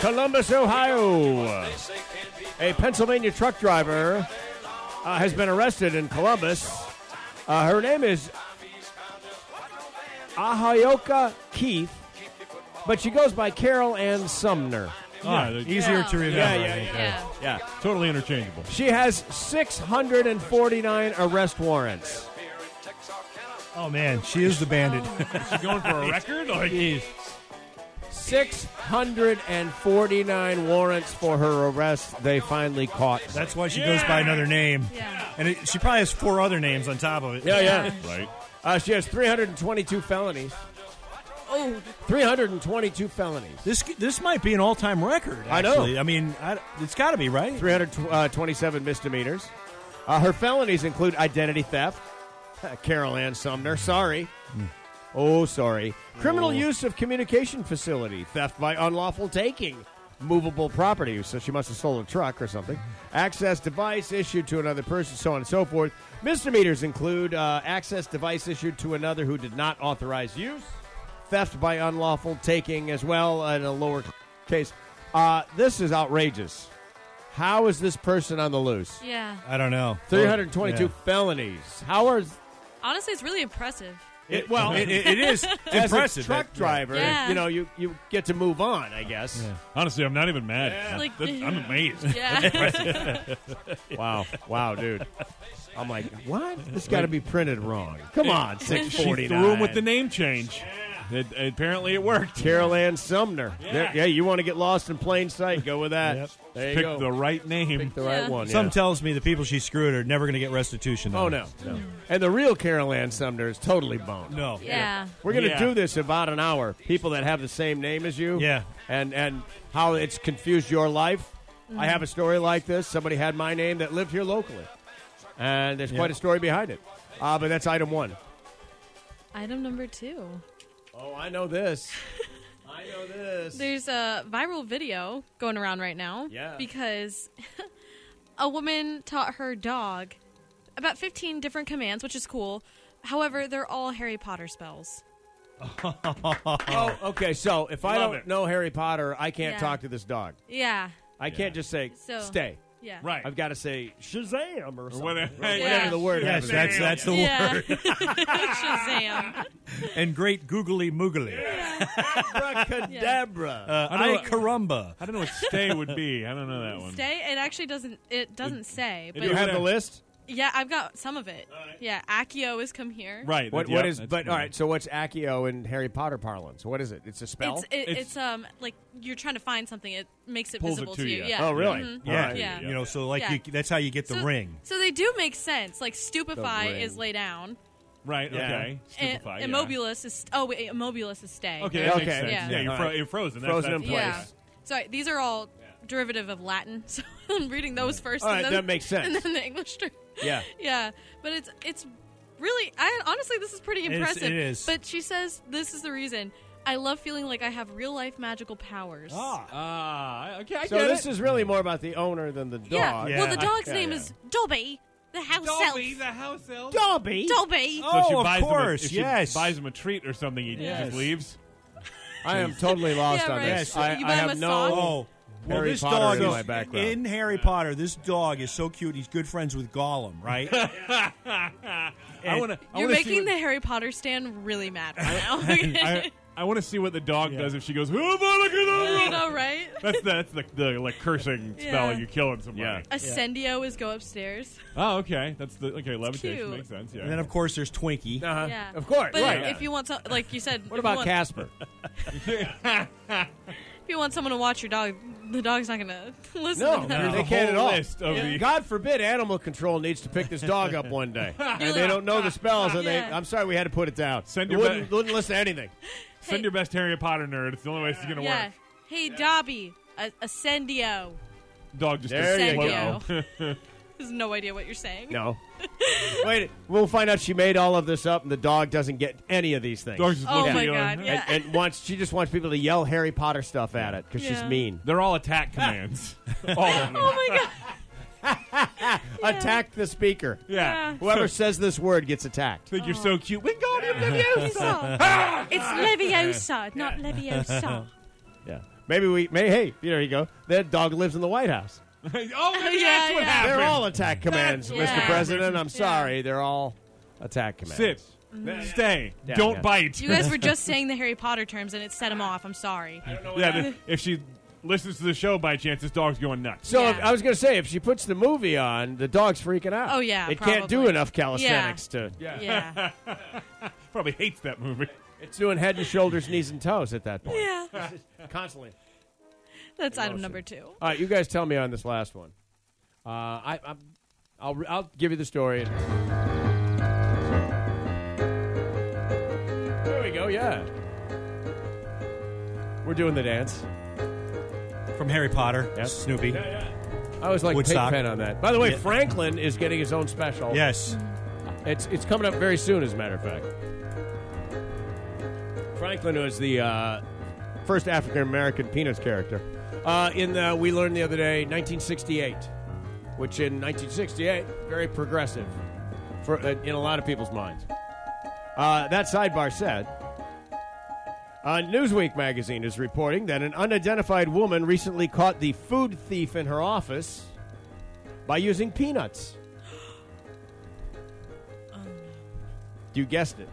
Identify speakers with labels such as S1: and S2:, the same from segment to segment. S1: Columbus, Ohio. A Pennsylvania truck driver uh, has been arrested in Columbus. Uh, her name is Ahayoka Keith, but she goes by Carol Ann Sumner.
S2: Ah, they're easier to remember.
S1: Yeah,
S2: I
S1: yeah,
S2: think.
S1: yeah. Yeah.
S2: Totally interchangeable.
S1: She has 649 arrest warrants.
S2: Oh man, she is the bandit. She's going for a record. Like,
S1: 649 warrants for her arrest. They finally caught. her.
S2: that's why she goes by another name.
S3: Yeah.
S2: And it, she probably has four other names on top of it.
S1: Yeah, yeah.
S2: Right.
S1: Uh, she has 322 felonies.
S3: Oh,
S1: 322 felonies.
S2: This this might be an all time record.
S1: I know.
S2: actually. I mean, I, it's got to be right.
S1: 327 uh, misdemeanors. Uh, her felonies include identity theft. Carol Ann Sumner, sorry. Oh, sorry. Criminal use of communication facility, theft by unlawful taking, movable property, so she must have stolen a truck or something, access device issued to another person, so on and so forth. Misdemeanors include uh, access device issued to another who did not authorize use, theft by unlawful taking as well, in a lower case. Uh, this is outrageous. How is this person on the loose?
S3: yeah.
S2: I don't know.
S1: 322
S2: Yeah.
S1: felonies. How are
S3: Honestly, it's really impressive.
S1: it, well,
S2: it,
S1: it,
S2: it, it is
S1: as
S2: impressive.
S1: a truck
S2: that-
S1: driver,
S3: Yeah.
S1: you know, you, you get to move on, I guess.
S4: Honestly, I'm not even mad.
S3: Like-
S4: That- I'm amazed.
S3: Yeah.
S1: Wow, wow, dude. I'm like, what? This got to be printed wrong. Come on,
S4: She
S1: 649.
S4: threw him with the name change. It- apparently, it worked.
S1: Carol Ann Sumner. There- Yeah, you want to get lost in plain sight? Go with that.
S2: Yep.
S1: There you
S4: Picked
S1: go.
S4: the right name.
S1: Pick the right
S3: Yeah.
S1: one.
S2: Some
S1: yeah.
S2: tells me the people she screwed are never going to get restitution.
S1: oh
S2: on
S1: no,
S2: this.
S1: no. And the real Carol Ann Sumner is totally boned.
S2: no,
S3: yeah.
S1: We're going to
S4: Yeah.
S1: do this in about an hour. People that have the same name as you.
S2: Yeah.
S1: And and how it's confused your life.
S3: Mm-hmm.
S1: I have a story like this. Somebody had my name that lived here locally. And there's quite a story behind it. Uh, but that's item one.
S3: Item number two.
S1: Oh, I know this. I know this.
S3: There's a viral video going around right now.
S1: Yeah.
S3: Because a woman taught her dog about 15 different commands, which is cool. However, they're all Harry Potter spells.
S1: oh, okay. So if I
S4: Love
S1: don't
S4: it.
S1: know Harry Potter, I can't
S3: Yeah.
S1: talk to this dog.
S3: Yeah.
S1: I can't just say,
S3: So-
S1: stay.
S3: Yeah.
S4: Right.
S1: I've got to say, Shazam or, something.
S4: whatever.
S3: Yeah.
S1: Whatever the word
S2: Yes,
S1: happens
S2: that's
S1: to be.
S2: that's the
S3: Yeah.
S2: word.
S3: Shazam.
S2: And great googly moogly.
S1: Abracadabra.
S2: Uh, I,
S4: I know-
S2: carumba.
S4: I don't know what stay would be. I don't know that one.
S3: Stay. It actually doesn't. It doesn't say.
S1: Do you have the list?
S3: Yeah, I've got some of it. Yeah, Accio is come here.
S4: Right.
S1: What,
S4: yeah,
S1: what is?
S4: that's
S1: But
S4: the
S1: all
S4: one.
S1: right. So what's accio in Harry Potter parlance? What is it? It's a spell.
S3: It's, it, it's
S4: It's-
S3: um like you're trying to find something. It makes it
S4: Pulls it
S3: visible
S4: to
S3: to you.
S4: you.
S3: Yeah. Mm-hmm.
S1: oh, really?
S2: Yeah,
S3: Yeah.
S2: you know, so like
S3: Yeah.
S2: you, that's how you get the
S3: So,
S2: ring.
S3: So they do make sense. Like stupefy
S1: ring.
S3: is lay down.
S4: Right.
S1: Yeah.
S4: Okay.
S3: And
S4: Stupefy, yeah.
S3: Immobilus is oh wait, immobilus is stay.
S4: Okay. That
S1: Okay.
S4: Makes sense.
S3: Yeah.
S4: Yeah. you're,
S1: All
S4: fro-
S1: right.
S4: you're frozen. That's-
S1: Frozen in
S4: that's-
S1: place.
S3: Yeah. So these are all derivative of Latin. So I'm reading those first.
S1: All
S3: and
S1: right,
S3: then,
S1: that makes sense.
S3: And then the English. term.
S1: Yeah.
S3: Yeah, but it's it's really I honestly this is pretty
S2: It is-
S3: impressive.
S2: it is.
S3: But she says this is the reason I love feeling like I have real life magical powers.
S4: Ah. okay. I
S1: So
S4: get
S1: this
S4: it.
S1: is really more about the owner than the dog.
S3: yeah.
S2: Yeah.
S3: Well, the dog's
S1: Yeah,
S3: name
S1: yeah.
S3: is Dobby, the house
S4: Dolby,
S3: elf.
S4: the house elf.
S1: Dobby.
S3: Dobby.
S2: Oh,
S4: she
S2: of
S4: buys
S2: course,
S4: Him a, if
S2: yes.
S4: She buys him a treat or something. He
S2: Yes.
S4: just leaves.
S1: I am totally lost
S3: Yeah,
S1: on
S3: right.
S1: this.
S3: Yeah,
S1: I,
S3: you
S1: I
S3: buy him
S1: have
S3: a
S1: no.
S3: song?
S2: Oh, well,
S1: Harry
S2: this
S1: Potter
S2: dog
S1: in
S2: is
S1: my background.
S2: in Harry Potter. This dog is so cute. He's good friends with Gollum, right?
S4: I want to.
S3: You're
S4: see
S3: making
S4: what,
S3: the Harry Potter stand really mad right now.
S4: I, I want to see what the dog does if she goes.
S3: you
S4: that's
S3: know, right?
S4: the, that's the, the like cursing
S3: Yeah.
S4: spell. You're killing somebody.
S3: Ascendio is go upstairs.
S4: Oh, okay. That's the okay. Levitation
S3: cute.
S4: makes sense. Yeah.
S2: And then of course there's Twinkie.
S1: Uh-huh.
S3: Yeah.
S1: Of course.
S3: But
S1: right.
S3: if you want to, like you said,
S1: what about
S3: if you, want,
S1: Casper?
S3: if you want someone to watch your dog, the dog's not going to listen
S1: No,
S3: to that.
S1: they can't at
S4: whole
S1: all.
S4: list of the-
S1: God forbid animal control needs to pick this dog up one day. and they don't know the spells, and they.
S3: Yeah.
S1: I'm sorry, we had to put it down.
S4: Send
S1: It
S4: your
S1: wouldn't,
S4: ba-
S1: wouldn't listen to anything.
S4: Send your best Harry Potter nerd. It's the only way it's gonna
S3: Yeah.
S4: work.
S3: Hey, Dobby, a- Ascendio.
S4: Dog just
S1: There you
S4: exploded.
S3: There's no idea what you're saying.
S1: No. Wait, we'll find out she made all of this up, and the dog doesn't get any of these things.
S4: Dog just
S3: Oh
S4: looked at
S3: my
S4: you
S3: god.
S4: and-
S3: Yeah.
S1: And, and wants she just wants people to yell Harry Potter stuff at it because she's
S3: Yeah.
S1: mean.
S4: They're all attack commands. all of them.
S3: oh my god.
S1: Attack the speaker.
S4: Yeah.
S3: Yeah. Oh.
S1: Whoever
S4: So,
S1: says this word gets attacked.
S4: think you're so cute. Oh, Wingardium
S3: Leviosa. it's Leviosa, not Leviosa.
S1: Yeah. Maybe we may hey, there you go. That dog lives in the White House.
S4: Leviosa. oh, maybe
S3: Yeah,
S4: that's what
S3: yeah.
S4: happened.
S1: They're all attack commands,
S3: That's
S1: Mr.
S3: what
S1: President. I'm
S4: happened.
S1: sorry. They're all attack commands.
S4: Sit.
S3: Mm-hmm.
S4: Stay.
S1: Yeah,
S4: Don't
S1: yeah.
S4: bite.
S3: You guys were just saying the Harry Potter terms and it set him off. I'm sorry.
S4: yeah, th- if she listens to the show by chance, this dog's going nuts.
S1: So
S3: Yeah.
S1: if, I was going to say, if she puts the movie on, the dog's freaking out.
S3: Oh, yeah,
S1: it can't do
S3: probably.
S1: enough calisthenics to.
S3: Yeah.
S4: Probably hates that movie.
S1: It's doing head and shoulders, knees and toes at that point.
S3: Yeah.
S1: Constantly.
S3: That's item number two.
S1: All right, you guys tell me on this last one. Uh, I, I'm, I'll, re- I'll give you the story. There we go. Yeah, we're doing the dance.
S5: From Harry Potter,
S1: Yep.
S5: Snoopy.
S1: I always like
S5: Woodstock.
S1: Pigpen on that. By the way,
S5: Yeah.
S1: Franklin is getting his own special.
S5: Yes.
S1: It's it's coming up very soon, as a matter of fact. Franklin was the uh, first African American Peanuts character. Uh, in the, we learned the other day, 1968, which in 1968 very progressive for uh, in a lot of people's minds. Uh, that sidebar said. Uh, Newsweek magazine is reporting that an unidentified woman recently caught the food thief in her office by using peanuts. You guessed it.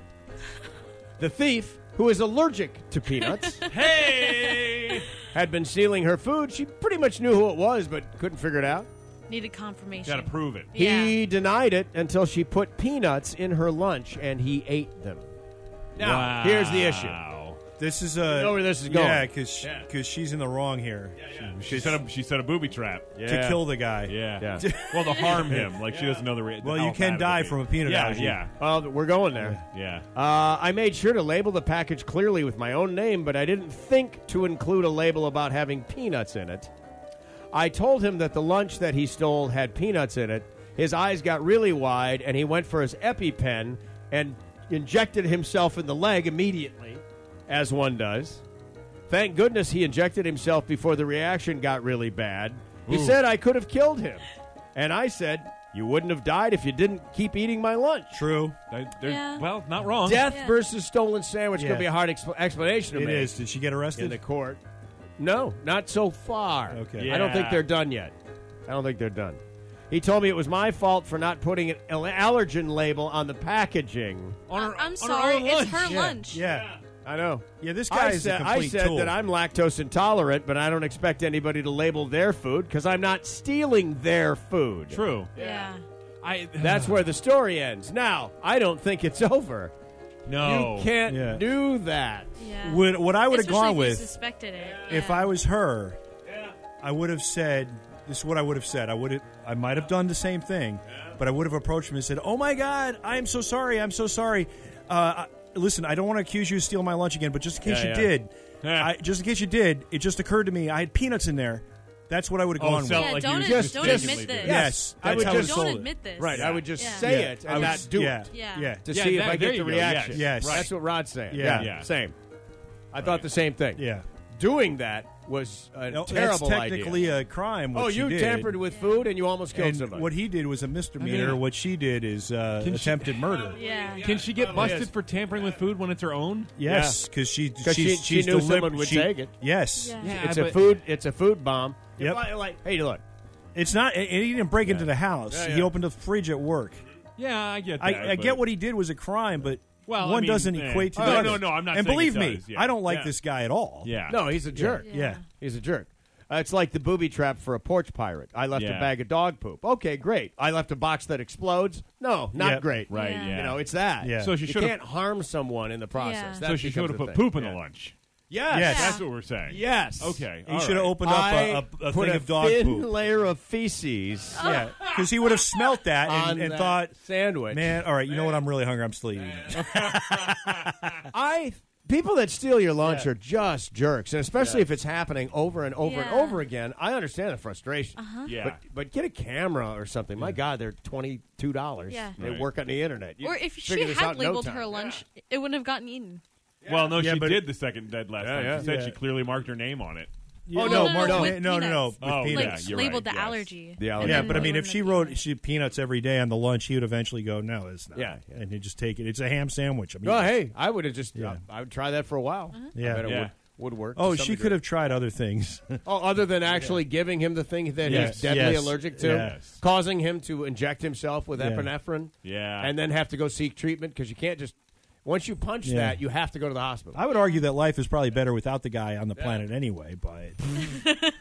S1: The thief, who is allergic to peanuts,
S4: Hey!
S1: had been stealing her food. She pretty much knew who it was, but couldn't figure it out.
S3: Needed confirmation.
S4: Gotta prove it.
S3: Yeah.
S1: He denied it until she put peanuts in her lunch and he ate them. Now,
S4: Wow.
S1: here's the issue.
S5: This is a.
S1: know where this is going.
S5: Yeah, because
S4: Yeah.
S5: she's in the wrong here.
S4: She set a she set a booby trap.
S5: To kill the guy.
S4: Yeah.
S1: Yeah.
S4: well, to harm him, like she doesn't know the. Re-
S5: Well,
S4: the
S5: you
S4: alpha
S5: can
S4: out of
S5: die
S4: the
S5: from a
S4: bee.
S5: peanut
S4: yeah,
S5: allergy.
S4: Yeah,
S1: Well, we're going there.
S4: yeah.
S1: Uh, I made sure to label the package clearly with my own name, but I didn't think to include a label about having peanuts in it. I told him that the lunch that he stole had peanuts in it. His eyes got really wide, and he went for his EpiPen and injected himself in the leg immediately, as one does. Thank goodness he injected himself before the reaction got really bad. He said I could have killed him. And I said, You wouldn't have died if you didn't keep eating my lunch.
S5: True.
S4: They- they're-
S3: Yeah.
S4: Well, not wrong.
S1: Death
S3: Yeah.
S1: versus stolen sandwich
S5: Yeah.
S1: could be a hard expl- explanation to
S5: It
S1: make
S5: is. Did she get
S1: in the
S5: arrested?
S1: court. No, not so far.
S5: Okay.
S1: I don't think
S4: Yeah.
S1: they're done yet. I don't think they're done. He told me it was my fault for not putting an al- allergen label on the packaging.
S4: On her,
S3: I'm
S4: on
S3: sorry.
S4: Her own
S3: It's
S4: lunch.
S3: her
S5: Yeah.
S3: lunch.
S5: Yeah.
S1: I know.
S5: Yeah, this guy
S1: I
S5: is a
S1: said, I
S5: complete
S1: said
S5: tool.
S1: that I'm lactose intolerant, but I don't expect anybody to label their food because I'm not stealing their food.
S4: True.
S3: Yeah.
S4: I.
S1: That's where the story ends. Now, I don't think it's over.
S4: no.
S5: Oh.
S1: You can't
S5: Yeah.
S1: do that.
S3: Yeah.
S5: Would, what I would have
S3: Especially
S5: gone
S3: if
S5: with.
S3: You suspected it.
S5: if I was her, I would have said, "This is what I would have said. I would have, I might have done the same thing, but I would have approached him and said, "Oh my God, I am so sorry. I'm so sorry. Uh, I, listen, I don't want to accuse you of stealing my lunch again, but just in case
S4: Yeah,
S5: you
S4: yeah.
S5: did,
S4: Yeah.
S5: I, just in case you did, it just occurred to me I had peanuts in there. That's what I would have
S4: Oh,
S5: gone
S4: sell-
S5: with.
S3: yeah,
S4: like
S3: don't,
S4: you
S3: ad-
S4: just
S3: don't
S4: basically
S3: admit
S4: did.
S3: this.
S5: Yes,
S1: I
S5: that's
S1: would
S5: how
S1: just-
S5: I
S3: Don't
S5: sold
S3: admit this.
S1: Right. I would just
S3: Yeah.
S1: say
S5: Yeah,
S1: it
S5: I
S1: and
S5: would-
S1: not do
S5: yeah,
S1: it
S3: Yeah.
S5: Yeah.
S1: to
S4: Yeah,
S1: see if
S4: that-
S1: I
S4: there
S1: get
S4: you
S1: the
S4: go.
S1: reaction.
S5: Yes. Yes.
S1: That's what Rod's saying.
S5: Yeah.
S4: Yeah.
S1: Same. I thought the same thing.
S5: Yeah.
S1: Doing that was a
S5: No,
S1: terrible
S5: that's
S1: idea.
S5: technically a crime. What
S1: Oh,
S5: she
S1: you
S5: did.
S1: tampered with food and you almost killed
S5: And
S1: somebody.
S5: what he did was a misdemeanor. what she did is uh,
S4: Can she-
S5: attempted murder.
S3: Yeah.
S4: Can she
S5: oh,
S4: get
S1: Probably
S4: busted
S1: is.
S4: for tampering with food when it's her own?
S5: Yes, because she,
S1: 'Cause she-
S5: she's,
S1: she
S5: she's
S1: knew
S5: delib-
S1: someone would
S5: she-
S1: take it.
S5: Yes,
S3: Yeah.
S1: it's
S4: but-
S1: a food. It's a food bomb.
S5: Yep.
S1: If I, like, hey, look.
S5: it's not. And he didn't break into the house.
S1: Yeah, yeah.
S5: He opened the fridge at work.
S4: Yeah, I get. That,
S5: I, I
S4: but-
S5: get what he did was a crime, but
S4: Well, I
S5: one
S4: mean,
S5: doesn't
S4: eh.
S5: equate to.
S4: Oh,
S5: the
S4: no,
S5: other.
S4: no, no, I'm not
S5: And
S4: saying
S5: believe
S4: it
S5: me,
S4: does, yeah.
S5: I don't like
S4: Yeah.
S5: this guy at all.
S4: Yeah.
S1: No, he's a jerk.
S5: Yeah.
S1: He's a jerk. Uh, it's like the booby trap for a porch pirate. I left
S4: Yeah.
S1: a bag of dog poop. Okay, great. I left a box that explodes. No, not
S5: Yep.
S1: great.
S4: Right.
S3: Yeah.
S4: Yeah.
S1: You know, it's that.
S5: Yeah.
S4: So
S1: you
S4: she should've-
S1: can't harm someone in the process.
S3: Yeah.
S1: That
S4: so she
S1: becomes
S4: should have
S1: the
S4: put
S1: thing.
S4: poop in
S1: Yeah.
S4: the lunch.
S1: Yes.
S5: Yes.
S4: That's what we're saying.
S1: Yes.
S4: Okay.
S5: He
S4: all
S5: should have
S4: right.
S5: opened up
S1: I
S5: a, a, a
S1: put
S5: thing
S1: a
S5: of dog
S1: thin
S5: poop.
S1: layer of feces
S5: Yeah, because he would have smelt that and,
S1: on
S5: and
S1: that
S5: thought,
S1: sandwich.
S5: man, all right, you know what? I'm really hungry. I'm still eating. it."
S1: I People that steal your lunch are just jerks, and especially if it's happening over and over and
S3: Yeah.
S1: over again. I understand the frustration,
S4: Yeah.
S1: but but get a camera or something. My God, they're twenty two dollars.
S3: Yeah.
S1: They
S4: Right.
S1: work on the internet. You
S3: or if she
S1: figure this out
S3: had
S1: in no
S3: labeled
S1: time.
S3: her lunch, it wouldn't have gotten eaten.
S4: Well, no,
S5: Yeah,
S4: she
S5: but-
S4: did the second dead last time.
S5: yeah.
S4: She said
S5: Yeah.
S4: she clearly marked her name on it.
S5: oh
S3: Well,
S5: no, Mark,
S3: no,
S5: no,
S3: with
S5: no, no, no,
S3: peanuts.
S5: with
S4: Oh,
S5: peanuts. Oh,
S4: yeah,
S3: like
S4: you're
S3: labeled
S4: right,
S3: the
S4: yes.
S3: allergy.
S1: The
S3: And
S1: allergy.
S5: Yeah,
S3: then
S5: but I
S3: it
S5: mean, if
S3: wouldn't
S5: she
S3: have
S5: wrote
S3: eaten.
S5: she peanuts every day on the lunch, he would eventually go, "No, it's not."
S1: Yeah, yeah.
S5: and you just take it. It's a ham sandwich. I mean,
S1: Oh, hey, I would have just.
S5: Yeah.
S1: I would try that for a while.
S3: Uh-huh.
S5: Yeah.
S1: I bet it
S4: Yeah.
S1: Would, would work. to
S5: Oh,
S1: some
S5: she
S1: degree.
S5: could have tried other things.
S1: Oh, other than actually giving him the thing that
S5: Yes.
S1: he's deadly
S5: Yes.
S1: allergic to,
S5: Yes.
S1: causing him to inject himself with
S5: Yeah.
S1: epinephrine,
S4: Yeah.
S1: and then have to go seek treatment because you can't just once you punch
S5: Yeah.
S1: that you have to go to the hospital.
S5: I would argue that life is probably better without the guy on the planet anyway. But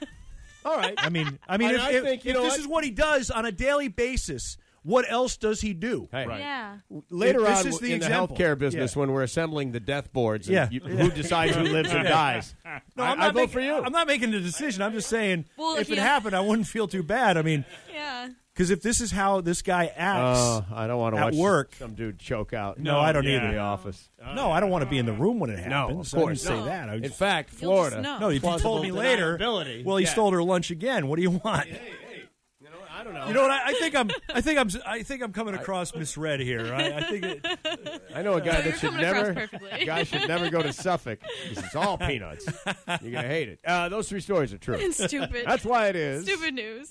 S1: All right,
S5: I mean, I mean,
S1: And
S5: if,
S1: I
S5: if-
S1: think, you
S5: if
S1: know
S5: this
S1: what?
S5: is what he does on a daily basis, what else does he do?
S1: Hey,
S4: Right.
S3: Yeah.
S1: later
S5: This
S1: on
S5: is the
S1: in the
S5: example.
S1: healthcare business
S5: Yeah.
S1: when we're assembling the death boards, and
S5: Yeah.
S1: you- who decides who lives and dies?
S5: No,
S1: I,
S5: I'm
S1: I
S5: not
S1: vote
S5: making,
S1: for you.
S5: I'm not making a decision. I'm just saying,
S3: Well,
S5: if
S3: if
S5: it
S3: you-
S5: happened, I wouldn't feel too bad. I mean,
S3: Yeah.
S5: because if this is how this guy acts,
S1: Oh, I don't want to
S5: At
S1: watch
S5: work.
S1: some dude choke out.
S5: no, I don't
S4: yeah.
S5: either.
S1: the office.
S5: No, I don't want to be in the room when it happens.
S1: of
S5: I
S1: course.
S5: didn't say
S1: No.
S5: that. I
S1: In
S5: just-
S1: fact,
S3: You'll just
S1: Florida.
S3: know.
S5: no, if you told me
S1: plausible
S5: later,
S1: deniability.
S5: well, he
S1: Yeah.
S5: stole her lunch again. What do you want?
S1: You know, I don't know.
S5: You know what? I, I think I'm. I think I'm. I think I'm coming across misread here. I, I think. It,
S1: I know a guy
S3: you're
S1: that should
S3: coming across
S1: never
S3: perfectly.
S1: guy should never go to Suffolk. 'cause It's all peanuts. You're gonna hate it. Uh, those three stories are true.
S3: And stupid.
S1: That's why it is
S3: stupid news.